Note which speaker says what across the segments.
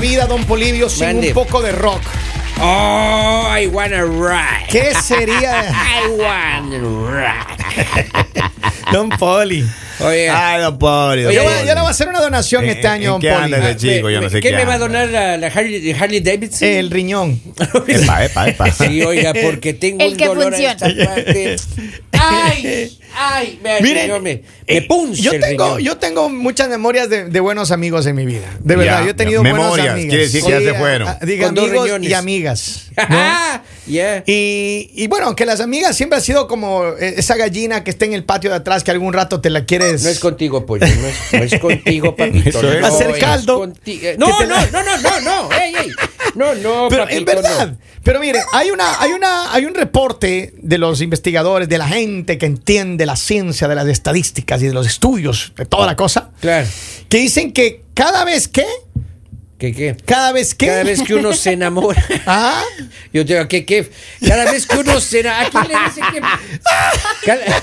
Speaker 1: vida, don Polivio, sin
Speaker 2: Mande.
Speaker 1: un poco de rock?
Speaker 2: Oh, I wanna ride.
Speaker 1: ¿Qué sería
Speaker 2: I wanna ride.
Speaker 3: Don Poli.
Speaker 2: Oye. ah,
Speaker 3: Ay, Don Poli. don
Speaker 2: Oye,
Speaker 1: yo,
Speaker 3: Poli.
Speaker 1: voy- yo le voy a hacer una donación
Speaker 3: ¿En-
Speaker 1: este
Speaker 3: en-
Speaker 1: año,
Speaker 3: en
Speaker 1: don
Speaker 3: qué
Speaker 1: Poli.
Speaker 3: anda de chico? Yo no sé
Speaker 2: ¿Qué
Speaker 3: qué.
Speaker 2: me va a
Speaker 3: anda.
Speaker 2: donar la, la Harley, Harley Davidson?
Speaker 1: El riñón.
Speaker 3: Epa, epa, epa.
Speaker 2: Sí, oiga, porque tengo
Speaker 4: El
Speaker 2: un
Speaker 4: que
Speaker 2: dolor a
Speaker 4: funciona.
Speaker 2: esta parte. Ay, ay, me,
Speaker 1: Miren,
Speaker 2: yo me, me
Speaker 1: eh,
Speaker 2: punce
Speaker 1: yo
Speaker 2: el
Speaker 1: tengo,
Speaker 2: riñón.
Speaker 1: yo tengo muchas memorias de, de buenos amigos en mi vida. De verdad,
Speaker 3: Ya,
Speaker 1: yo he tenido
Speaker 3: ya.
Speaker 1: buenos
Speaker 3: Memorias,
Speaker 1: amigos.
Speaker 3: quiere decir que ya se fueron.
Speaker 1: diga,
Speaker 2: Con dos
Speaker 1: amigos
Speaker 2: riñones.
Speaker 1: y amigas.
Speaker 2: Ah, ya.
Speaker 1: Y, y bueno, que las amigas siempre ha sido como eh, esa gallina que está en el patio de atrás que algún rato te la quieres.
Speaker 2: No es contigo, pollo. No es, no es contigo, papito.
Speaker 3: Eso es.
Speaker 2: no,
Speaker 1: Hacer
Speaker 2: es
Speaker 1: caldo.
Speaker 2: conti- eh, No,
Speaker 1: Que te
Speaker 2: no,
Speaker 1: la-
Speaker 2: no, no, no, no. Ey, ey. No, no,
Speaker 1: pero
Speaker 2: papito.
Speaker 1: es verdad.
Speaker 2: no.
Speaker 1: Pero mire, hay una, hay una, hay un reporte de los investigadores, de la gente que entiende la ciencia de las estadísticas y de los estudios, de
Speaker 2: Oh.
Speaker 1: toda la cosa,
Speaker 2: Claro.
Speaker 1: que dicen que cada vez que,
Speaker 2: ¿Qué, qué?
Speaker 1: cada vez que,
Speaker 2: Cada vez que uno se enamora.
Speaker 1: Ah,
Speaker 2: Yo te digo, ¿qué, qué? Cada vez que uno se enamora. ¿A quién le dice que.? Cada,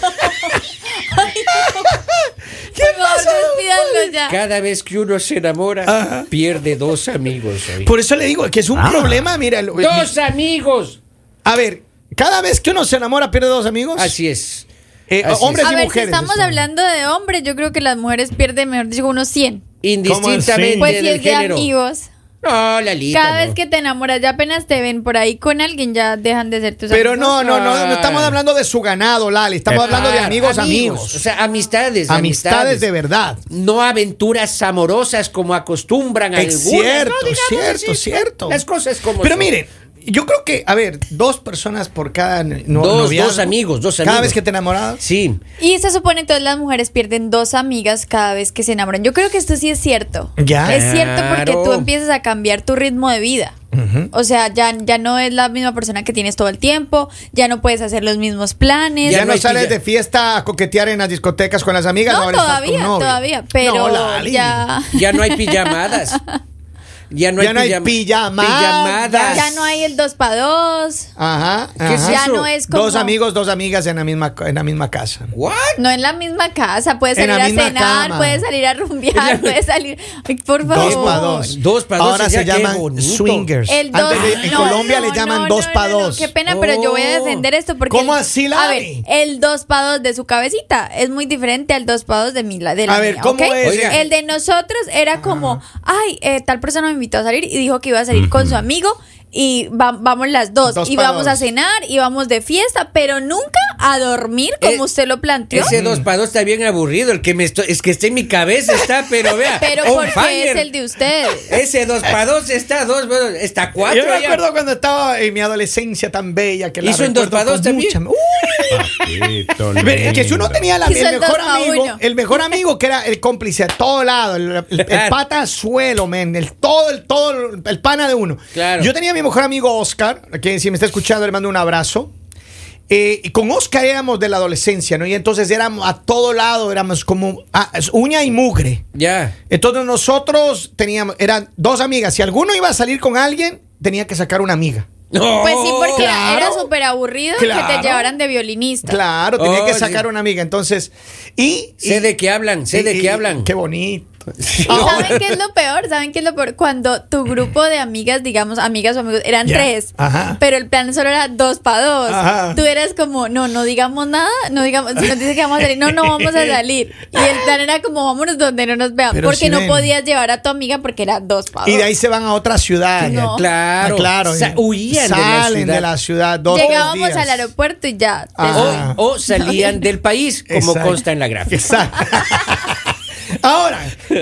Speaker 4: ¿Qué pasó? Despídanlo ya.
Speaker 2: cada vez que uno se enamora, pierde dos amigos. oiga.
Speaker 1: por eso le digo que es
Speaker 2: Ah.
Speaker 1: un problema, mira. lo-
Speaker 2: ¡Dos amigos!
Speaker 1: A ver, cada vez que uno se enamora pierde dos amigos.
Speaker 2: Así es.
Speaker 1: Eh,
Speaker 2: Así
Speaker 1: hombres
Speaker 2: es.
Speaker 4: A
Speaker 1: y
Speaker 4: ver, si
Speaker 1: mujeres.
Speaker 4: estamos
Speaker 1: eso.
Speaker 4: hablando de hombres, yo creo que las mujeres pierden, mejor dicho, unos 100.
Speaker 2: Indistintamente
Speaker 3: así?
Speaker 4: Pues si
Speaker 2: del
Speaker 4: es de
Speaker 2: género.
Speaker 4: amigos.
Speaker 2: No, Lalita.
Speaker 4: Cada vez
Speaker 2: no.
Speaker 4: que te enamoras, ya apenas te ven por ahí con alguien, ya dejan de ser tus
Speaker 1: Pero
Speaker 4: amigos.
Speaker 1: no, no, no, no
Speaker 2: Ay.
Speaker 1: estamos hablando de su ganado, Lali. Estamos hablando de
Speaker 2: Ah,
Speaker 1: amigos, amigos.
Speaker 2: O sea, amistades.
Speaker 1: amistades de verdad.
Speaker 2: No aventuras amorosas como acostumbran a
Speaker 1: Es
Speaker 2: algunos.
Speaker 1: cierto,
Speaker 2: No, digamos
Speaker 1: cierto,
Speaker 2: así,
Speaker 1: cierto.
Speaker 2: Las cosas como
Speaker 1: Pero
Speaker 2: son.
Speaker 1: miren, yo creo que, a ver, dos personas por cada no,
Speaker 2: Dos-
Speaker 1: noviazgo.
Speaker 2: dos amigos, dos
Speaker 1: Cada
Speaker 2: amigos.
Speaker 1: vez que te enamoras.
Speaker 2: Sí.
Speaker 4: Y se supone que todas las mujeres pierden dos amigas cada vez que se enamoran. Yo creo que esto sí es cierto.
Speaker 1: Ya.
Speaker 4: Es cierto porque
Speaker 2: Claro.
Speaker 4: tú empiezas a cambiar tu ritmo de vida. O sea, ya, ya no es la misma persona que tienes todo el tiempo, ya no puedes hacer los mismos planes.
Speaker 1: Ya,
Speaker 2: Ya
Speaker 1: no,
Speaker 2: no hay
Speaker 1: sales
Speaker 2: pilla.
Speaker 1: de fiesta a coquetear en las discotecas con las amigas.
Speaker 4: no,
Speaker 1: ahora estás con
Speaker 4: todavía,
Speaker 1: novio.
Speaker 4: todavía, pero
Speaker 1: No, Lali.
Speaker 4: ya...
Speaker 2: Ya no hay pijamadas. Ya no
Speaker 1: Ya
Speaker 2: hay,
Speaker 1: no hay
Speaker 2: pijama-
Speaker 1: pijamadas.
Speaker 2: pijamadas.
Speaker 4: Ya no hay el dos pa' dos.
Speaker 1: Ajá.
Speaker 2: ¿Qué es
Speaker 1: ajá.
Speaker 4: Ya
Speaker 2: eso?
Speaker 4: no es como.
Speaker 1: Dos amigos, dos amigas en la misma, en la misma casa.
Speaker 2: ¿What?
Speaker 4: No en la misma casa. Puedes
Speaker 1: En
Speaker 4: salir
Speaker 1: la
Speaker 4: a
Speaker 1: misma
Speaker 4: cenar,
Speaker 1: cama.
Speaker 4: puedes salir a rumbear, puedes salir. Ay, por favor.
Speaker 1: Dos pa' dos.
Speaker 2: Dos pa' dos
Speaker 1: Ahora
Speaker 2: sería
Speaker 1: se
Speaker 2: qué
Speaker 1: llaman
Speaker 2: bonito.
Speaker 1: swingers.
Speaker 4: El dos.
Speaker 1: Pues, Antes de- en
Speaker 4: no,
Speaker 1: Colombia
Speaker 4: no,
Speaker 1: le llaman
Speaker 4: no,
Speaker 1: dos
Speaker 4: no,
Speaker 1: pa'
Speaker 4: no, no,
Speaker 1: dos.
Speaker 4: qué pena, pero yo voy a
Speaker 2: Oh.
Speaker 4: defender esto porque.
Speaker 1: ¿Cómo
Speaker 4: el-
Speaker 1: así,
Speaker 4: A ver,
Speaker 1: Lali?
Speaker 4: el dos pa' dos de su cabecita es muy diferente al dos pa' dos de mi la- de la
Speaker 1: A ver,
Speaker 4: mía,
Speaker 1: ¿cómo
Speaker 4: ¿ok?
Speaker 1: es? Ah.
Speaker 2: Oiga.
Speaker 4: El de nosotros era como, ay, eh, tal persona me invitó a salir y dijo que iba a salir con su amigo. Y va- vamos las dos,
Speaker 1: Dos
Speaker 4: y
Speaker 1: pa'
Speaker 4: vamos
Speaker 1: dos.
Speaker 4: a cenar, y vamos de fiesta, pero nunca a dormir como
Speaker 2: Eh,
Speaker 4: usted lo planteó.
Speaker 2: Ese dos para dos está bien aburrido. El que me estoy- es que está en mi cabeza está, pero vea.
Speaker 4: Pero
Speaker 2: on
Speaker 4: porque
Speaker 2: fire.
Speaker 4: es el de ustedes.
Speaker 2: Ese dos para dos está dos, bueno, está cuatro.
Speaker 1: Yo me
Speaker 2: ya.
Speaker 1: acuerdo cuando estaba en mi adolescencia tan bella que la
Speaker 2: Hizo en dos
Speaker 1: recuerdo
Speaker 2: pa' dos
Speaker 1: con
Speaker 2: también. Uh,
Speaker 1: mucha- ¡Uy!
Speaker 3: Papito
Speaker 1: Ve, que si uno
Speaker 3: lindo.
Speaker 1: tenía la-
Speaker 4: Hizo
Speaker 1: el
Speaker 4: el dos
Speaker 1: mejor
Speaker 4: pa'
Speaker 1: amigo,
Speaker 4: uno.
Speaker 1: el mejor amigo que era el cómplice a todo lado, el, el- el pata a suelo, men, el todo, el todo, el pana de uno.
Speaker 2: Claro.
Speaker 1: Yo tenía a mi mejor amigo Oscar, que si me está escuchando le mando un abrazo. Eh, y con Oscar éramos de la adolescencia, ¿no? Y entonces éramos a todo lado, éramos como ah, uña y mugre.
Speaker 2: Ya.
Speaker 1: Entonces nosotros teníamos, eran dos amigas. Si alguno iba a salir con alguien, tenía que sacar una amiga.
Speaker 2: No.
Speaker 4: Pues sí, porque era-
Speaker 1: Oh, claro.
Speaker 4: era súper aburrido que
Speaker 1: Claro.
Speaker 4: te llevaran de violinista.
Speaker 1: Claro, tenía
Speaker 2: Oh,
Speaker 1: que
Speaker 2: sí.
Speaker 1: sacar una amiga. Entonces, y. y-
Speaker 2: Sé de qué hablan, sé
Speaker 1: y-
Speaker 2: de
Speaker 1: y-
Speaker 2: qué hablan.
Speaker 1: Qué bonito.
Speaker 4: ¿Y saben qué es lo peor? ¿Saben qué es lo peor? Cuando tu grupo de amigas, digamos, amigas o amigos, eran
Speaker 1: Ya.
Speaker 4: tres,
Speaker 1: Ajá.
Speaker 4: pero el plan solo era dos para dos.
Speaker 1: Ajá.
Speaker 4: Tú eras como, no, no digamos nada, no digamos, si nos dice que vamos a salir, no, no vamos a salir. Y el plan era como, vámonos donde no nos vean,
Speaker 1: Pero
Speaker 4: porque
Speaker 1: si
Speaker 4: no
Speaker 1: ven.
Speaker 4: podías llevar a tu amiga porque era dos para dos.
Speaker 1: Y de ahí se van a otra ciudad.
Speaker 4: No.
Speaker 2: Claro.
Speaker 1: claro.
Speaker 2: Sa- huían de la
Speaker 1: Salen
Speaker 2: ciudad.
Speaker 1: de la ciudad. dos, tres
Speaker 4: Llegábamos
Speaker 1: días. Ah.
Speaker 4: al aeropuerto y ya. te-
Speaker 1: Ajá.
Speaker 2: O, o salían del país, como
Speaker 1: Exacto.
Speaker 2: consta en la gráfica.
Speaker 1: Exacto. Ahora,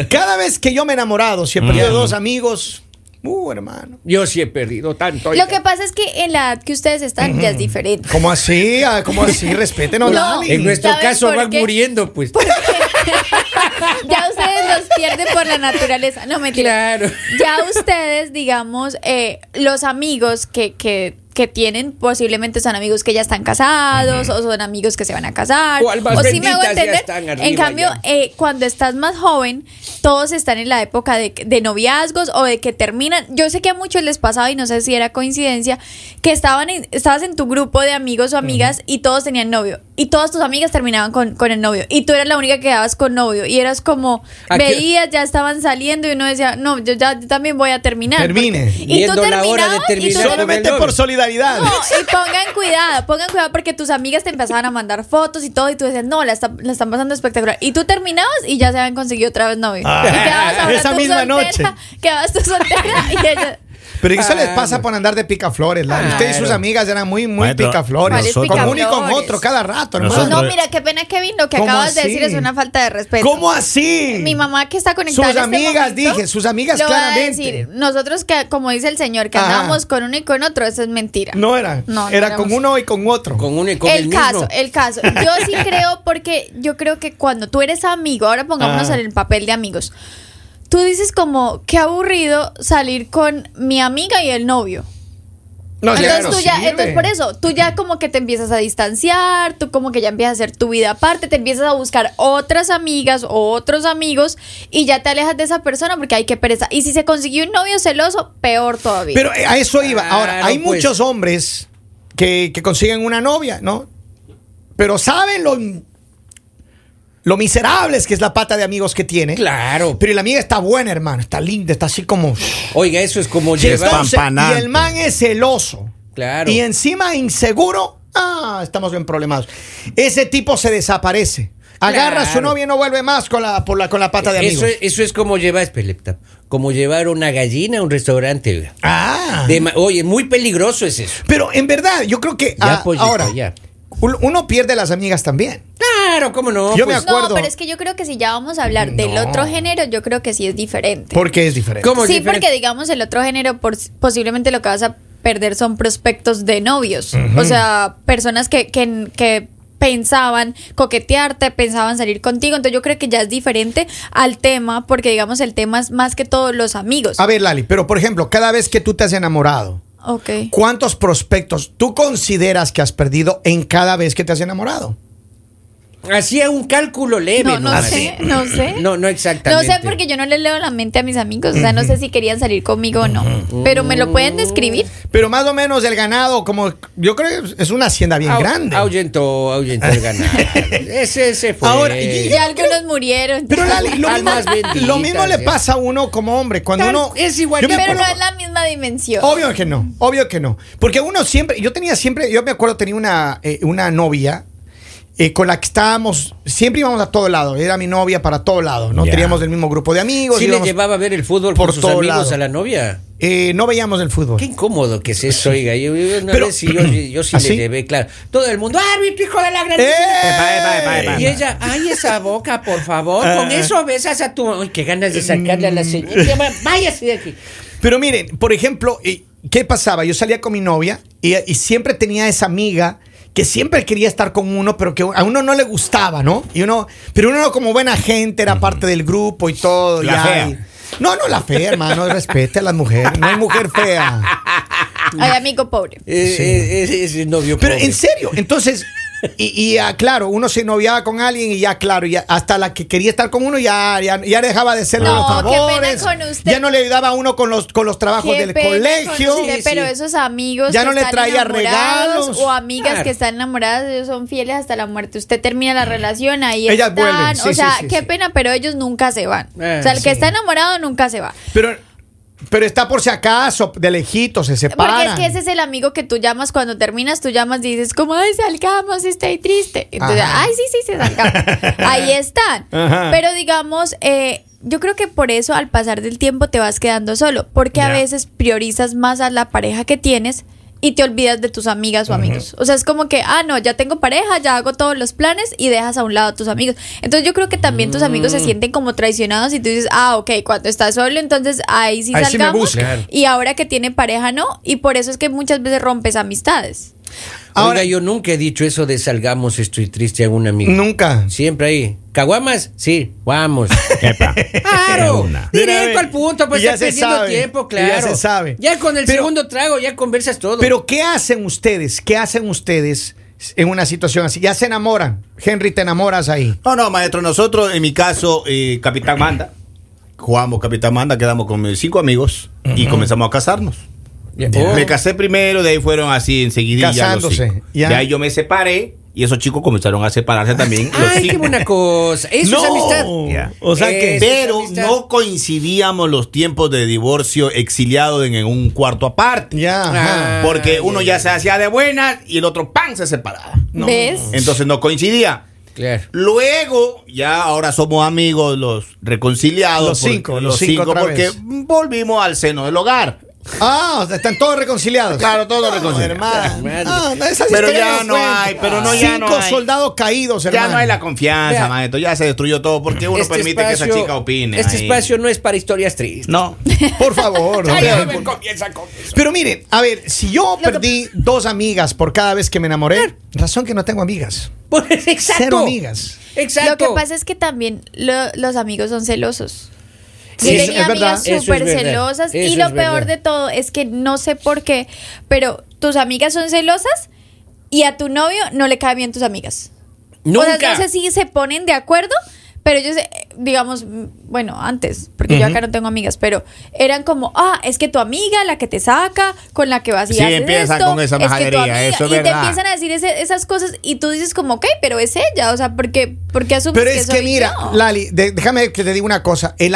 Speaker 1: cada vez que yo me he enamorado,
Speaker 2: Mm.
Speaker 1: si he perdido dos amigos, uh, hermano.
Speaker 2: Yo sí he perdido tanto.
Speaker 4: Lo
Speaker 2: oiga.
Speaker 4: que pasa es que en la edad que ustedes están ya es diferente.
Speaker 1: ¿Cómo así? Ah, ¿Cómo así? Respétenos,
Speaker 4: No.
Speaker 1: Lali.
Speaker 2: en nuestro
Speaker 4: ¿Sabes
Speaker 2: caso
Speaker 4: por
Speaker 2: van
Speaker 4: qué?
Speaker 2: muriendo, pues.
Speaker 4: ya ustedes los pierden por la naturaleza. No, mentira.
Speaker 2: Claro.
Speaker 4: Ya ustedes, digamos, eh, los amigos que, que, que tienen, posiblemente son amigos que ya están casados o son amigos que se van a casar.
Speaker 2: O almas
Speaker 4: sí me hago
Speaker 2: benditas ya
Speaker 4: entender.
Speaker 2: están
Speaker 4: en
Speaker 2: arriba
Speaker 4: cambio,
Speaker 2: ya.
Speaker 4: eh, cuando estás más joven, todos están en la época de, de noviazgos o de que terminan. Yo sé que a muchos les pasaba, y no sé si era coincidencia, que estaban en- estabas en tu grupo de amigos o amigas y todos tenían novio. y todas tus amigas terminaban con, con el novio y tú eras la única que quedabas con novio y eras como
Speaker 2: ¿A qué-
Speaker 4: veías ya estaban saliendo y uno decía no yo ya yo también voy a terminar
Speaker 1: Termine.
Speaker 4: Porque- y tú
Speaker 2: Viendo la hora de
Speaker 4: terminabas y tú
Speaker 2: terminar.
Speaker 4: terminabas
Speaker 1: Solamente
Speaker 2: con el
Speaker 1: por
Speaker 2: novio.
Speaker 1: solidaridad.
Speaker 4: no, y pongan cuidado, pongan cuidado porque tus amigas te empezaban a mandar fotos y todo y tú decías, no, la, está- la están pasando espectacular. Y tú terminabas y ya se habían conseguido otra vez novio.
Speaker 1: Ah,
Speaker 4: y quedabas ahora
Speaker 1: esa
Speaker 4: tú
Speaker 1: misma
Speaker 4: soltera,
Speaker 1: noche.
Speaker 4: Quedabas tú soltera y ella...
Speaker 1: Pero eso les
Speaker 2: Ah,
Speaker 1: pasa
Speaker 2: no.
Speaker 1: por andar de picaflores. Lali.
Speaker 2: Claro.
Speaker 1: Ustedes y sus amigas eran muy, muy
Speaker 3: Maestro,
Speaker 4: ¿Cuáles
Speaker 1: picaflores. Con uno y con
Speaker 4: picaflores?
Speaker 1: otro, cada rato, hermano.
Speaker 3: Nosotros-
Speaker 4: No, mira, qué pena Kevin, lo que
Speaker 1: ¿Cómo
Speaker 4: acabas de
Speaker 1: así?
Speaker 4: decir es una falta de respeto.
Speaker 1: ¿Cómo así?
Speaker 4: Mi mamá que está conectada.
Speaker 1: Sus
Speaker 4: en este
Speaker 1: amigas,
Speaker 4: momento,
Speaker 1: dije, sus amigas,
Speaker 4: le voy a
Speaker 1: claramente.
Speaker 4: decir, nosotros que, como dice el señor, que
Speaker 1: Ajá.
Speaker 4: andábamos con uno y con otro, eso es mentira.
Speaker 1: No era.
Speaker 4: No, no
Speaker 1: era
Speaker 4: éramos.
Speaker 1: con uno y con otro.
Speaker 2: Con uno y con el,
Speaker 4: el
Speaker 2: mismo.
Speaker 4: caso, el caso. Yo sí creo porque yo creo que cuando tú eres amigo, ahora pongámonos
Speaker 1: Ajá.
Speaker 4: en el papel de amigos. Tú dices como, qué aburrido salir con mi amiga y el novio.
Speaker 1: No,
Speaker 4: entonces
Speaker 1: claro,
Speaker 4: tú ya,
Speaker 1: sirve.
Speaker 4: entonces por eso, tú ya como que te empiezas a distanciar, tú como que ya empiezas a hacer tu vida aparte, te empiezas a buscar otras amigas o otros amigos y ya te alejas de esa persona porque hay que pereza. Y si se consiguió un novio celoso, peor todavía.
Speaker 1: Pero eh, a eso iba. Ahora,
Speaker 2: Claro,
Speaker 1: hay
Speaker 2: pues.
Speaker 1: muchos hombres que, que consiguen una novia, ¿no? Pero saben lo, lo miserables que es la pata de amigos que tiene.
Speaker 2: Claro.
Speaker 1: Pero la amiga está buena, hermano. Está linda, está así como.
Speaker 2: Oiga, eso es como
Speaker 1: Y,
Speaker 2: llevar.
Speaker 1: entonces-
Speaker 3: Espampanante.
Speaker 1: y el man es celoso.
Speaker 2: Claro.
Speaker 1: Y encima inseguro. Ah, estamos bien problemados. Ese tipo se desaparece. Agarra a su
Speaker 2: Claro.
Speaker 1: novia y no vuelve más con la, por la, con la pata de amigos.
Speaker 2: Eso, es- eso es como llevar, espere, lepta, como llevar una gallina a un restaurante. oiga.
Speaker 1: Ah.
Speaker 2: De ma- oye, muy peligroso es eso.
Speaker 1: Pero en verdad, yo creo que
Speaker 2: Ya,
Speaker 1: ah,
Speaker 2: pollito,
Speaker 1: ahora
Speaker 2: ya.
Speaker 1: un- uno pierde las amigas también.
Speaker 2: Claro, cómo no.
Speaker 1: Yo me ac- acuerdo.
Speaker 4: Pues No, pero es que yo creo que si ya vamos a hablar del
Speaker 1: No.
Speaker 4: otro género, yo creo que sí es diferente.
Speaker 1: Porque es diferente.
Speaker 2: ¿Cómo es
Speaker 4: sí,
Speaker 2: diferente?
Speaker 4: porque digamos el otro género por- posiblemente lo que vas a perder son prospectos de novios. O sea, personas que, que, que pensaban coquetearte, pensaban salir contigo. Entonces yo creo que ya es diferente al tema, porque digamos el tema es más que todos los amigos.
Speaker 1: A ver, Lali, pero por ejemplo, cada vez que tú te has enamorado,
Speaker 4: Ok.
Speaker 1: ¿cuántos prospectos tú consideras que has perdido en cada vez que te has enamorado?
Speaker 2: Hacía un cálculo leve.
Speaker 4: No, no
Speaker 2: nomás.
Speaker 4: sé, no sé.
Speaker 2: No, no
Speaker 4: No
Speaker 2: exactamente.
Speaker 4: sé porque yo no le leo la mente a mis amigos, o sea, no sé si querían salir conmigo o no, pero me lo pueden describir.
Speaker 1: Pero más o menos el ganado, como yo creo que es una hacienda bien
Speaker 2: Au-
Speaker 1: grande.
Speaker 2: Ahuyentó, ahuyentó el ganado. ese, ese fue.
Speaker 1: Ahora,
Speaker 4: Y
Speaker 1: y-
Speaker 4: ya algunos murieron.
Speaker 1: Pero Lali, lo mismo,
Speaker 2: Almas benditas,
Speaker 1: lo mismo le
Speaker 2: ya.
Speaker 1: pasa a uno como hombre. Cuando
Speaker 2: Tal-
Speaker 1: uno.
Speaker 2: es igual
Speaker 1: yo me
Speaker 2: que-
Speaker 4: Pero no
Speaker 1: acuerdo-
Speaker 4: es la misma dimensión.
Speaker 1: Obvio que no, obvio que no. Porque uno siempre, yo tenía siempre, yo me acuerdo tenía una, eh, una novia eh, con la que estábamos, siempre íbamos a todo lado, era mi novia para todo lado, no
Speaker 3: Ya.
Speaker 1: teníamos el mismo grupo de amigos,
Speaker 2: Sí le
Speaker 1: íbamos-
Speaker 2: llevaba a ver el fútbol
Speaker 1: por
Speaker 2: por sus
Speaker 1: todo
Speaker 2: amigos
Speaker 1: lado.
Speaker 2: a la novia.
Speaker 1: eh, no veíamos el fútbol.
Speaker 2: Qué incómodo que es eso, oiga. Yo, yo una
Speaker 1: pues, Pero-
Speaker 2: vez sí, yo, yo sí
Speaker 1: ¿Así?
Speaker 2: le llevé, claro. Todo el mundo, árbitro, hijo de la gran.
Speaker 1: ¡Eh!
Speaker 3: Epa, epa, epa, epa.
Speaker 2: Y ella, ay, esa boca, por favor.
Speaker 1: Ah.
Speaker 2: Con eso besas a tu. Ay, qué ganas de sacarle a la
Speaker 1: Mm.
Speaker 2: señora. Ya va- Váyase de aquí.
Speaker 1: Pero miren, por ejemplo, eh, ¿qué pasaba? Yo salía con mi novia y, y siempre tenía esa amiga que siempre quería estar con uno, pero que a uno no le gustaba, ¿no? Y uno, pero uno como buena gente era parte del grupo y todo.
Speaker 3: La
Speaker 1: ya,
Speaker 3: fea.
Speaker 1: y- no, no, la fea, hermano, respete a las mujeres, no hay mujer fea.
Speaker 4: Ay, amigo pobre.
Speaker 2: Eh,
Speaker 1: Sí.
Speaker 2: eh, es, es el novio.
Speaker 1: Pero
Speaker 2: pobre.
Speaker 1: en serio, entonces, y, y, ah, claro, uno se noviaba con alguien y ya, claro, ya, hasta la que quería estar con uno ya, ya, ya dejaba de hacerle
Speaker 4: No,
Speaker 1: los
Speaker 4: qué pena
Speaker 1: favores.
Speaker 4: con usted.
Speaker 1: Ya no le ayudaba a uno con los, con los trabajos
Speaker 4: Qué
Speaker 1: del
Speaker 4: pena con
Speaker 1: colegio.
Speaker 4: usted,
Speaker 2: Sí,
Speaker 4: pero
Speaker 2: sí.
Speaker 4: esos amigos
Speaker 1: Ya
Speaker 4: que
Speaker 1: no le
Speaker 4: están
Speaker 1: traía
Speaker 4: enamorados
Speaker 1: regalos.
Speaker 4: o amigas
Speaker 2: Claro.
Speaker 4: que están enamoradas, ellos son fieles hasta la muerte. Usted termina la relación, ahí
Speaker 1: Ellas
Speaker 4: están.
Speaker 1: vuelven, sí,
Speaker 4: o sea,
Speaker 1: sí, sí,
Speaker 4: qué
Speaker 1: sí.
Speaker 4: pena, pero ellos nunca se van.
Speaker 2: Eh,
Speaker 4: o sea, el
Speaker 2: sí.
Speaker 4: que está enamorado nunca se va.
Speaker 1: Pero, pero está por si acaso, de lejitos,
Speaker 4: Porque
Speaker 1: se separan.
Speaker 4: es que ese es el amigo que tú llamas cuando terminas, tú llamas y dices, como, ay, salgamos, estoy triste. Entonces,
Speaker 1: Ajá.
Speaker 4: ay, sí, sí, sí, salgamos. Ahí están.
Speaker 1: Ajá.
Speaker 4: Pero digamos, eh, yo creo que por eso al pasar del tiempo te vas quedando solo, porque a
Speaker 1: Ya.
Speaker 4: veces priorizas más a la pareja que tienes. Y te olvidas de tus amigas o amigos. O sea, es como que, ah, no, ya tengo pareja, ya hago todos los planes y dejas a un lado a tus amigos. Entonces yo creo que también tus amigos
Speaker 1: Mm.
Speaker 4: se sienten como traicionados y tú dices, ah, ok, cuando estás solo, entonces ahí sí
Speaker 1: Ahí sí me
Speaker 4: salgamos.
Speaker 1: buscan.
Speaker 2: Claro.
Speaker 4: Y ahora que tiene pareja, no. Y por eso es que muchas veces rompes amistades.
Speaker 1: Ahora-
Speaker 2: Oiga, yo nunca he dicho eso de salgamos, estoy triste a un amigo.
Speaker 1: Nunca.
Speaker 2: Siempre ahí. ¿Caguamas? Sí, vamos.
Speaker 3: Epa. De
Speaker 2: Claro,
Speaker 3: una.
Speaker 2: directo al punto, pues
Speaker 1: Y ya
Speaker 2: está
Speaker 1: se
Speaker 2: perdiendo
Speaker 1: sabe,
Speaker 2: tiempo,
Speaker 1: y ya
Speaker 2: claro.
Speaker 1: se sabe.
Speaker 2: Ya con el
Speaker 1: Pero-
Speaker 2: segundo trago ya conversas todo.
Speaker 1: Pero ¿qué hacen ustedes? ¿Qué hacen ustedes en una situación así? Ya se enamoran. Henry, te enamoras ahí.
Speaker 3: No, no, maestro, nosotros, en mi caso, eh, Capitán Manda, jugamos Capitán Manda, quedamos con mis cinco amigos y comenzamos a casarnos.
Speaker 2: Ya. Oh.
Speaker 3: Me casé primero, de ahí fueron así enseguidilla los
Speaker 1: Casándose,
Speaker 3: cinco.
Speaker 1: ya.
Speaker 3: De ahí yo me separé y esos chicos comenzaron a separarse también. los
Speaker 2: Ay, qué
Speaker 3: cinco.
Speaker 2: buena cosa. Eso es amistad.
Speaker 3: Ya.
Speaker 1: O sea que.
Speaker 2: Oh. Eh, Esa es
Speaker 3: Pero
Speaker 2: amistad.
Speaker 3: no coincidíamos los tiempos de divorcio exiliado en, en un cuarto aparte.
Speaker 1: Ya. ajá.
Speaker 2: Ah.
Speaker 3: Porque
Speaker 2: ya,
Speaker 3: uno
Speaker 2: ya,
Speaker 3: ya se hacía de buenas y el otro pan se separaba.
Speaker 4: ¿Ves?
Speaker 3: Entonces no coincidía.
Speaker 2: Claro.
Speaker 3: Luego, ya ahora somos amigos los reconciliados.
Speaker 1: Los cinco,
Speaker 3: porque-
Speaker 1: los cinco otra
Speaker 3: porque
Speaker 1: vez.
Speaker 3: volvimos al seno del hogar.
Speaker 1: Ah, o sea, están todos reconciliados.
Speaker 3: Claro, todos
Speaker 1: No,
Speaker 3: reconciliados.
Speaker 1: hermano.
Speaker 2: Madre.
Speaker 1: No, no, esas
Speaker 3: Pero
Speaker 1: historias
Speaker 3: ya no
Speaker 1: cuentan.
Speaker 3: hay, pero no, ya no
Speaker 1: Cinco
Speaker 3: hay.
Speaker 1: soldados caídos, hermano.
Speaker 3: Ya no hay la confianza,
Speaker 2: Vea.
Speaker 3: maestro. Ya se destruyó todo porque uno permite que esa chica opine.
Speaker 2: Este
Speaker 3: ahí.
Speaker 2: espacio no es para historias tristes.
Speaker 3: No.
Speaker 1: Por favor.
Speaker 2: Ay,
Speaker 1: hombre.
Speaker 2: no me comienza con eso.
Speaker 1: Pero miren, a ver, si yo perdí dos amigas por cada vez que me enamoré, razón que no tengo amigas.
Speaker 2: Pues, exacto.
Speaker 1: Cero amigas.
Speaker 4: Lo
Speaker 2: Exacto.
Speaker 4: que pasa es que también lo- los amigos son celosos. Yo
Speaker 2: Sí,
Speaker 4: tenía
Speaker 1: es verdad.
Speaker 4: amigas
Speaker 2: Eso es
Speaker 4: súper
Speaker 2: verdad.
Speaker 4: celosas y
Speaker 2: Eso
Speaker 4: lo
Speaker 2: es
Speaker 4: peor
Speaker 2: verdad.
Speaker 4: de todo es que no sé por qué, pero tus amigas son celosas y a tu novio no le caen bien tus amigas.
Speaker 2: Nunca.
Speaker 4: O sea, no sé si se ponen de acuerdo, pero ellos, eh, digamos, mm, bueno, antes, porque yo acá no tengo amigas, pero eran como, ah, es que tu amiga, la que te saca, con la que vas y
Speaker 3: Sí,
Speaker 4: haces
Speaker 3: empiezan
Speaker 4: esto,
Speaker 3: con esa
Speaker 4: es que tu
Speaker 3: majadería,
Speaker 4: amiga",
Speaker 3: eso es
Speaker 4: Y te
Speaker 3: verdad.
Speaker 4: empiezan a decir ese- esas cosas y tú dices como, ok, pero es ella, o sea, porque, porque asumes
Speaker 1: Pero es
Speaker 4: soy
Speaker 1: que mira,
Speaker 4: yo?
Speaker 1: Lali, de- déjame que te diga una cosa. Eh,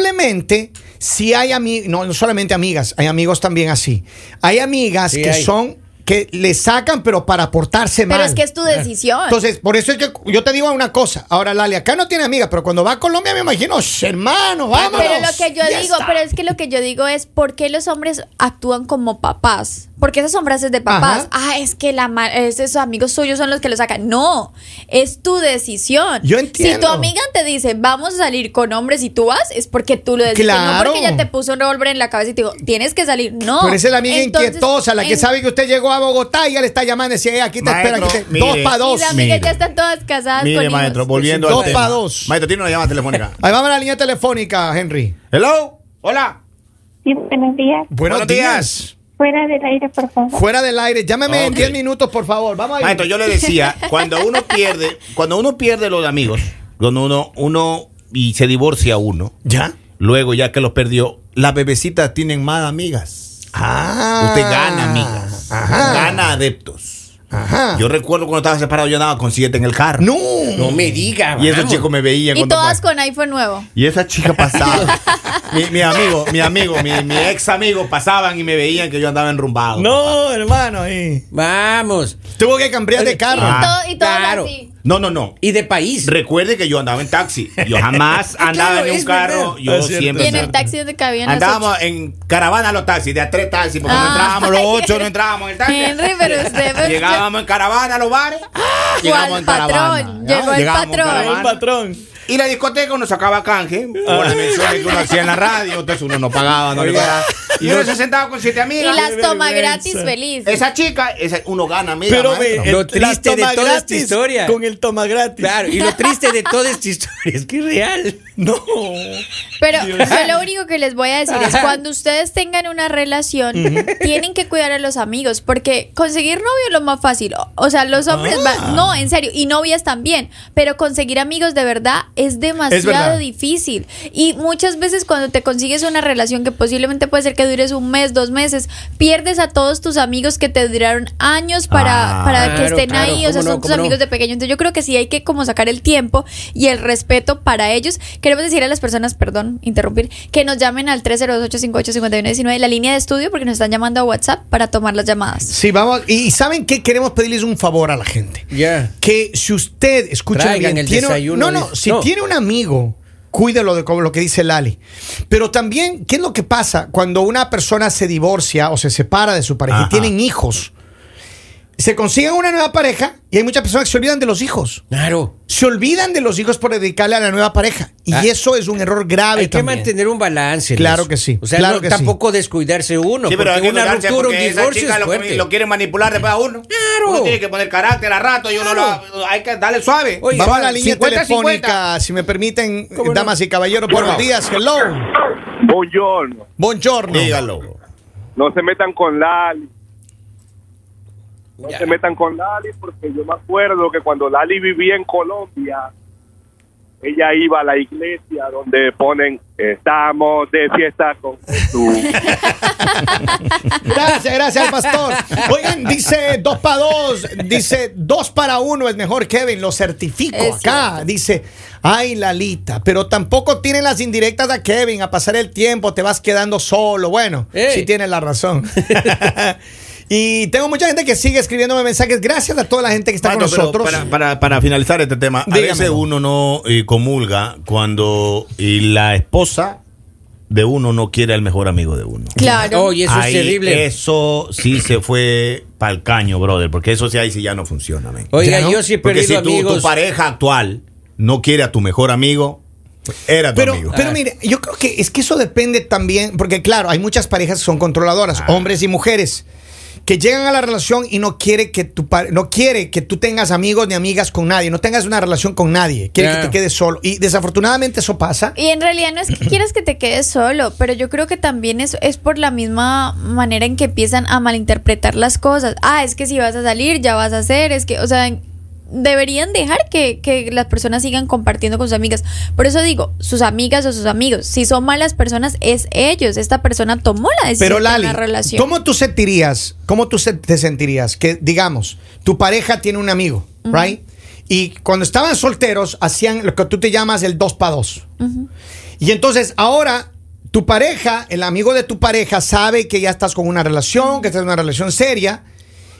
Speaker 1: lamentablemente, si hay amigas, no, no solamente amigas, hay amigos también así. Hay amigas
Speaker 2: Sí,
Speaker 1: que
Speaker 2: hay.
Speaker 1: son, que le sacan, pero para portarse mal.
Speaker 4: Pero es que es tu decisión.
Speaker 1: Entonces, por eso es que yo te digo una cosa. Ahora, Lali, acá no tiene amigas, pero cuando va a Colombia me imagino, "Sh, hermano, vámonos.
Speaker 4: pero lo que yo
Speaker 1: Ya
Speaker 4: digo,
Speaker 1: está".
Speaker 4: pero es que lo que yo digo es por qué los hombres actúan como papás. Porque esas son frases de papás.
Speaker 1: Ajá.
Speaker 4: Ah, es que la ma- es esos amigos suyos son los que lo sacan. No, es tu decisión.
Speaker 1: Yo
Speaker 4: Si
Speaker 1: entiendo.
Speaker 4: tu amiga te dice, vamos a salir con hombres y tú vas, es porque tú lo decides. No
Speaker 1: Claro.
Speaker 4: porque ella te puso un revólver en la cabeza y te dijo, tienes que salir. No.
Speaker 1: Pero esa es la amiga
Speaker 4: Entonces,
Speaker 1: inquietosa, la que
Speaker 4: en-
Speaker 1: sabe que usted llegó a Bogotá y ya le está llamando y decía, "Eh, aquí te
Speaker 3: Maestro,
Speaker 1: espera, aquí te-
Speaker 3: mire.
Speaker 1: dos para
Speaker 4: Y
Speaker 1: dos.
Speaker 4: las amigas
Speaker 3: Mire.
Speaker 4: ya están todas casadas con
Speaker 3: Mire,
Speaker 4: hijos.
Speaker 3: maestro, volviendo
Speaker 1: Dos
Speaker 3: al tema.
Speaker 1: pa' dos.
Speaker 3: Maestro, tiene una llamada telefónica.
Speaker 1: Ahí vamos a la línea telefónica, Henry.
Speaker 3: Hello. Hola.
Speaker 5: Sí, buenos días.
Speaker 1: Buenos,
Speaker 3: Buenos
Speaker 1: días.
Speaker 3: días.
Speaker 5: Fuera del aire, por favor.
Speaker 1: Fuera del aire, llámame
Speaker 2: Ah,
Speaker 1: en
Speaker 3: Ok.
Speaker 1: 10 minutos, por favor. Vamos a ir.
Speaker 3: Maestro, yo le decía, cuando uno pierde, cuando uno pierde los amigos, cuando uno, uno y se divorcia uno,
Speaker 1: ¿Ya?
Speaker 3: luego ya que los perdió, las bebecitas tienen más amigas.
Speaker 1: Ah.
Speaker 3: Usted gana amigas,
Speaker 1: Ajá.
Speaker 3: gana adeptos.
Speaker 1: Ajá.
Speaker 3: Yo recuerdo cuando estaba separado, yo andaba con siete en el carro.
Speaker 1: no.
Speaker 2: No me diga.
Speaker 3: Y esos
Speaker 2: vamos.
Speaker 3: chicos me veían.
Speaker 4: Y
Speaker 3: cuando
Speaker 4: todas
Speaker 3: pas-
Speaker 4: con iPhone nuevo.
Speaker 3: Y esa chica pasaba. mi, mi amigo, mi amigo, mi, mi ex amigo pasaban y me veían que yo andaba enrumbado.
Speaker 1: No, hermano. Eh, ahí.
Speaker 2: Vamos.
Speaker 1: Tuvo que cambiar de carro.
Speaker 4: Y,
Speaker 3: Ah,
Speaker 4: todo, y todas
Speaker 2: claro.
Speaker 4: así.
Speaker 3: No, no, no.
Speaker 2: Y de país.
Speaker 3: Recuerde que yo andaba en taxi. Yo jamás
Speaker 4: Ah,
Speaker 3: andaba
Speaker 2: claro,
Speaker 3: en un
Speaker 2: es
Speaker 3: carro.
Speaker 2: verdad.
Speaker 3: Yo
Speaker 1: Es cierto.
Speaker 3: siempre.
Speaker 4: Y en el
Speaker 3: andaba-
Speaker 4: taxi donde cabían las ocho.
Speaker 3: Andábamos en caravana los taxis, de a tres taxis, porque no
Speaker 4: Ah.
Speaker 3: entrábamos los ocho, no entrábamos en el taxi.
Speaker 4: Henry, pero usted- pues, pero-
Speaker 3: Llegábamos en caravana a los bares. Llegamos en
Speaker 4: Ah, patrón?
Speaker 3: caravana. ¿no?
Speaker 4: Llegó el
Speaker 3: Llegábamos en
Speaker 4: patrón. Ah.
Speaker 3: caravana. Y la discoteca uno sacaba canje por las menciones que uno hacía en la radio, entonces uno no pagaba, no le pagaba. Y uno se sentaba con siete
Speaker 4: Y
Speaker 3: amigas.
Speaker 4: las toma gratis feliz.
Speaker 3: Esa chica, esa- uno gana amiga, maestro.
Speaker 2: ve, Lo el- la triste de toma toda esta gratis historia. con
Speaker 1: el toma gratis.
Speaker 2: Claro, y lo triste de toda esta historia es que es real.
Speaker 1: No.
Speaker 4: Pero yo lo único que les voy a decir es cuando ustedes tengan una relación, tienen que cuidar a los amigos, porque conseguir novio es lo más fácil. O, o sea, los
Speaker 2: Ah.
Speaker 4: hombres va- no, en serio, y novias también, pero conseguir amigos de verdad es demasiado
Speaker 1: verdad.
Speaker 4: difícil. Y muchas veces cuando te consigues una relación que posiblemente puede ser que dures un mes, dos meses, pierdes a todos tus amigos que te duraron años para,
Speaker 3: Ah,
Speaker 4: para que
Speaker 2: claro,
Speaker 4: estén
Speaker 2: claro,
Speaker 4: ahí, o sea,
Speaker 2: cómo no,
Speaker 4: son tus
Speaker 2: cómo no.
Speaker 4: amigos de pequeño. Entonces yo creo que sí hay que como sacar el tiempo y el respeto para ellos. Queremos decir a las personas, perdón, interrumpir, que nos llamen al 308-58-5119, la línea de estudio, porque nos están llamando a WhatsApp para tomar las llamadas.
Speaker 1: Sí, vamos. Y ¿saben qué? Queremos pedirles un favor a la gente.
Speaker 2: Ya.
Speaker 1: Que si usted, escucha
Speaker 2: Traigan
Speaker 1: bien,
Speaker 2: el
Speaker 1: tiene-
Speaker 2: desayuno,
Speaker 1: no, no,
Speaker 2: dice.
Speaker 1: si
Speaker 2: No.
Speaker 1: tiene un amigo, cuídelo de como lo que dice Lali. Pero también, ¿qué es lo que pasa cuando una persona se divorcia o se separa de su pareja
Speaker 3: Ajá.
Speaker 1: y tienen hijos? Se consiguen una nueva pareja y hay muchas personas que se olvidan de los hijos.
Speaker 2: Claro.
Speaker 1: Se olvidan de los hijos por dedicarle a la nueva pareja. Y
Speaker 2: Ah.
Speaker 1: eso es un error grave
Speaker 2: Hay que
Speaker 1: también.
Speaker 2: mantener un balance. en
Speaker 1: Claro
Speaker 2: eso.
Speaker 1: que sí,
Speaker 2: O sea,
Speaker 1: claro
Speaker 2: no-
Speaker 1: que sí.
Speaker 2: tampoco descuidarse uno.
Speaker 3: Sí, pero hay
Speaker 2: porque
Speaker 3: que
Speaker 2: una
Speaker 3: cuidarse
Speaker 2: ruptura, un
Speaker 3: porque esa
Speaker 2: divorcio
Speaker 3: chica
Speaker 2: es
Speaker 3: lo,
Speaker 2: fuerte.
Speaker 3: lo quiere manipular después a uno.
Speaker 2: Claro.
Speaker 3: Uno tiene que poner carácter a rato y uno
Speaker 2: Claro.
Speaker 3: lo- hay que darle suave.
Speaker 2: Oye,
Speaker 1: Vamos a la línea
Speaker 3: 50,
Speaker 1: telefónica, si me permiten,
Speaker 2: ¿Cómo no?
Speaker 1: damas y caballeros. Buenos días, hello.
Speaker 6: Buongiorno.
Speaker 1: Buongiorno.
Speaker 3: Dígalo.
Speaker 6: No se metan con Lali. No
Speaker 2: Ya.
Speaker 6: se metan con Lali porque yo me acuerdo que cuando Lali vivía en Colombia, ella iba a la iglesia donde ponen estamos de fiesta con Jesús.
Speaker 1: Gracias, gracias al pastor. Oigan, dice dos para dos, dice dos para uno es mejor, Kevin, lo certifico
Speaker 4: Es
Speaker 1: acá. Dice, ay, Lalita, pero tampoco tiene las indirectas a Kevin, a pasar el tiempo te vas quedando solo. Bueno,
Speaker 2: Ey.
Speaker 1: sí tiene la razón. y tengo mucha gente que sigue escribiéndome mensajes. Gracias a toda la gente que está
Speaker 3: Pato,
Speaker 1: con
Speaker 3: pero
Speaker 1: nosotros.
Speaker 3: Para, para- para finalizar este tema, a
Speaker 1: Dígamelo.
Speaker 3: veces uno no eh, comulga cuando eh, la esposa de uno no quiere al mejor amigo de uno.
Speaker 4: Claro.
Speaker 2: Oye, eso
Speaker 3: Ahí
Speaker 2: es terrible.
Speaker 3: Eso sí se fue pa'l caño, brother, porque eso sí ahí sí ya no funciona, men.
Speaker 1: Ya
Speaker 2: Oiga,
Speaker 1: no,
Speaker 2: yo sí he
Speaker 3: Porque
Speaker 2: perdido
Speaker 3: si tu,
Speaker 2: amigos.
Speaker 3: tu pareja actual no quiere a tu mejor amigo, era tu
Speaker 1: Pero,
Speaker 3: amigo. Ah.
Speaker 1: pero mire, yo creo que es que eso depende también, porque claro, hay muchas parejas que son controladoras,
Speaker 3: Ah.
Speaker 1: hombres y mujeres, que llegan a la relación y no quiere que tu pare- no quiere que tú tengas amigos ni amigas con nadie, no tengas una relación con nadie, quiere
Speaker 2: Claro.
Speaker 3: Ah.
Speaker 1: que te quedes solo. Y desafortunadamente eso pasa.
Speaker 4: Y en realidad no es que quieras que te quedes solo, pero yo creo que también es, es por la misma manera en que empiezan a malinterpretar las cosas. Ah, es que si vas a salir, ya vas a hacer, es que, o sea, deberían dejar que, que las personas sigan compartiendo con sus amigas. Por eso digo, sus amigas o sus amigos, si son malas personas, es ellos. Esta persona tomó la decisión
Speaker 1: Pero Lali,
Speaker 4: de una relación.
Speaker 1: ¿cómo tú sentirías? ¿Cómo tú se- te sentirías que digamos, tu pareja tiene un amigo, right? Y cuando estaban solteros hacían lo que tú te llamas el dos para dos. Y entonces ahora tu pareja, el amigo de tu pareja sabe que ya estás con una relación, que estás en una relación seria.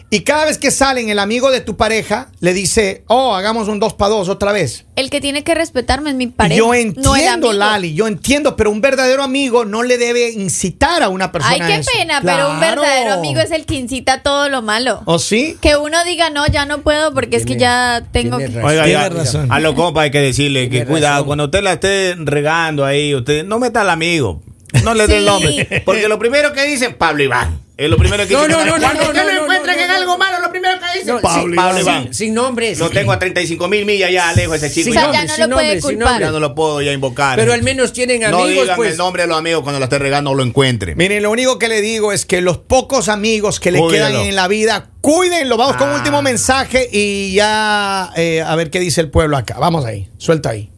Speaker 1: Y cada vez que salen, el amigo de tu pareja le dice, oh, hagamos un dos para dos otra vez.
Speaker 4: El que tiene que respetarme es mi
Speaker 1: Y
Speaker 4: pareja.
Speaker 1: yo
Speaker 4: no el
Speaker 1: entiendo,
Speaker 4: amigo.
Speaker 1: Lali, yo entiendo, pero un verdadero amigo no le debe incitar a una persona.
Speaker 4: Ay,
Speaker 1: a
Speaker 4: qué
Speaker 1: eso.
Speaker 4: pena, pero un
Speaker 1: Claro.
Speaker 4: verdadero amigo es el que incita todo lo malo.
Speaker 1: ¿O sí?
Speaker 4: Que uno diga, no, ya no puedo porque es que
Speaker 2: Tiene-
Speaker 4: ya tengo
Speaker 2: tiene
Speaker 4: que...
Speaker 2: razón.
Speaker 1: Tiene razón.
Speaker 3: a los compas hay que decirle que
Speaker 2: Tiene
Speaker 3: cuidado,
Speaker 2: razón.
Speaker 3: cuando usted la esté regando ahí, usted no meta al amigo, no le dé el
Speaker 4: Sí.
Speaker 3: nombre, porque lo primero que dicen Pablo Iván, es lo primero que
Speaker 2: No,
Speaker 3: dicen.
Speaker 2: no, no, no,
Speaker 3: Cuando
Speaker 2: no,
Speaker 3: usted
Speaker 2: no,
Speaker 3: lo
Speaker 2: no,
Speaker 3: encuentren
Speaker 2: no,
Speaker 3: en
Speaker 2: no,
Speaker 3: algo malo, lo primero que dicen
Speaker 2: No,
Speaker 3: Pablo,
Speaker 2: sin-
Speaker 3: Pablo
Speaker 2: sin-
Speaker 3: Iván.
Speaker 2: Sin nombres.
Speaker 3: Lo tengo a 35 mil millas ya lejos ese chico.
Speaker 4: O
Speaker 2: Sin
Speaker 4: sea,
Speaker 3: ya,
Speaker 4: ya
Speaker 2: nombres,
Speaker 4: no
Speaker 2: sin
Speaker 4: lo puede
Speaker 2: nombres, sin
Speaker 4: culpar.
Speaker 2: nombres.
Speaker 3: no lo puedo ya invocar.
Speaker 2: Pero al menos tienen
Speaker 3: no
Speaker 2: amigos,
Speaker 3: digan
Speaker 2: pues.
Speaker 3: el nombre de los amigos cuando la esté regando o lo encuentren.
Speaker 1: Miren, lo único que le digo es que los pocos amigos que le
Speaker 3: Cuídalo.
Speaker 1: quedan en la vida, cuídenlo. Vamos con
Speaker 3: Ah.
Speaker 1: un último mensaje y ya eh, a ver qué dice el pueblo acá. Vamos ahí, suelta ahí.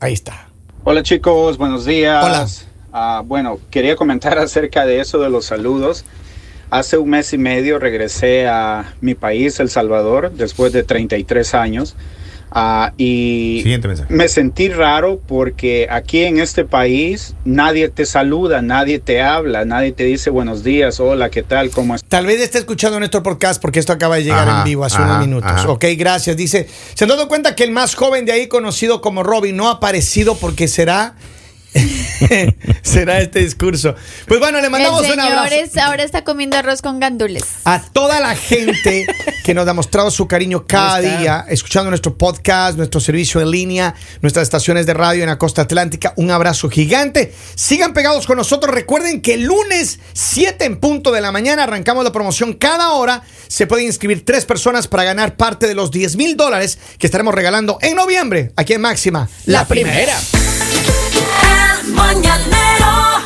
Speaker 1: Ahí está.
Speaker 7: Hola chicos, buenos días.
Speaker 1: Hola.
Speaker 7: Ah, bueno, quería comentar acerca de eso de los saludos. Hace un mes y medio regresé a mi país, El Salvador, después de 33 años. Ah, y
Speaker 3: Siguiente mensaje.
Speaker 7: me sentí raro porque aquí en este país nadie te saluda, nadie te habla, nadie te dice buenos días, hola, ¿qué tal? ¿Cómo
Speaker 1: Tal vez esté escuchando nuestro podcast porque esto acaba de llegar
Speaker 3: Ajá,
Speaker 1: en vivo hace
Speaker 3: ajá,
Speaker 1: unos minutos.
Speaker 3: ajá.
Speaker 1: Ok, gracias. Dice, ¿se han dado cuenta que el más joven de ahí conocido como Robin no ha aparecido porque será... será este discurso. Pues bueno, le mandamos
Speaker 4: el
Speaker 1: un
Speaker 4: señor
Speaker 1: abrazo.
Speaker 4: es- ahora está comiendo arroz con gandules.
Speaker 1: a toda la gente que nos ha mostrado su cariño cada
Speaker 2: Ahí está.
Speaker 1: día, escuchando nuestro podcast, nuestro servicio en línea, nuestras estaciones de radio en la costa atlántica. Un abrazo gigante. Sigan pegados con nosotros. Recuerden que el lunes 7 en punto de la mañana arrancamos la promoción. Cada hora se pueden inscribir tres personas para ganar parte de los 10 mil dólares que estaremos regalando en noviembre aquí en Máxima.
Speaker 2: La primera.
Speaker 8: El mañanero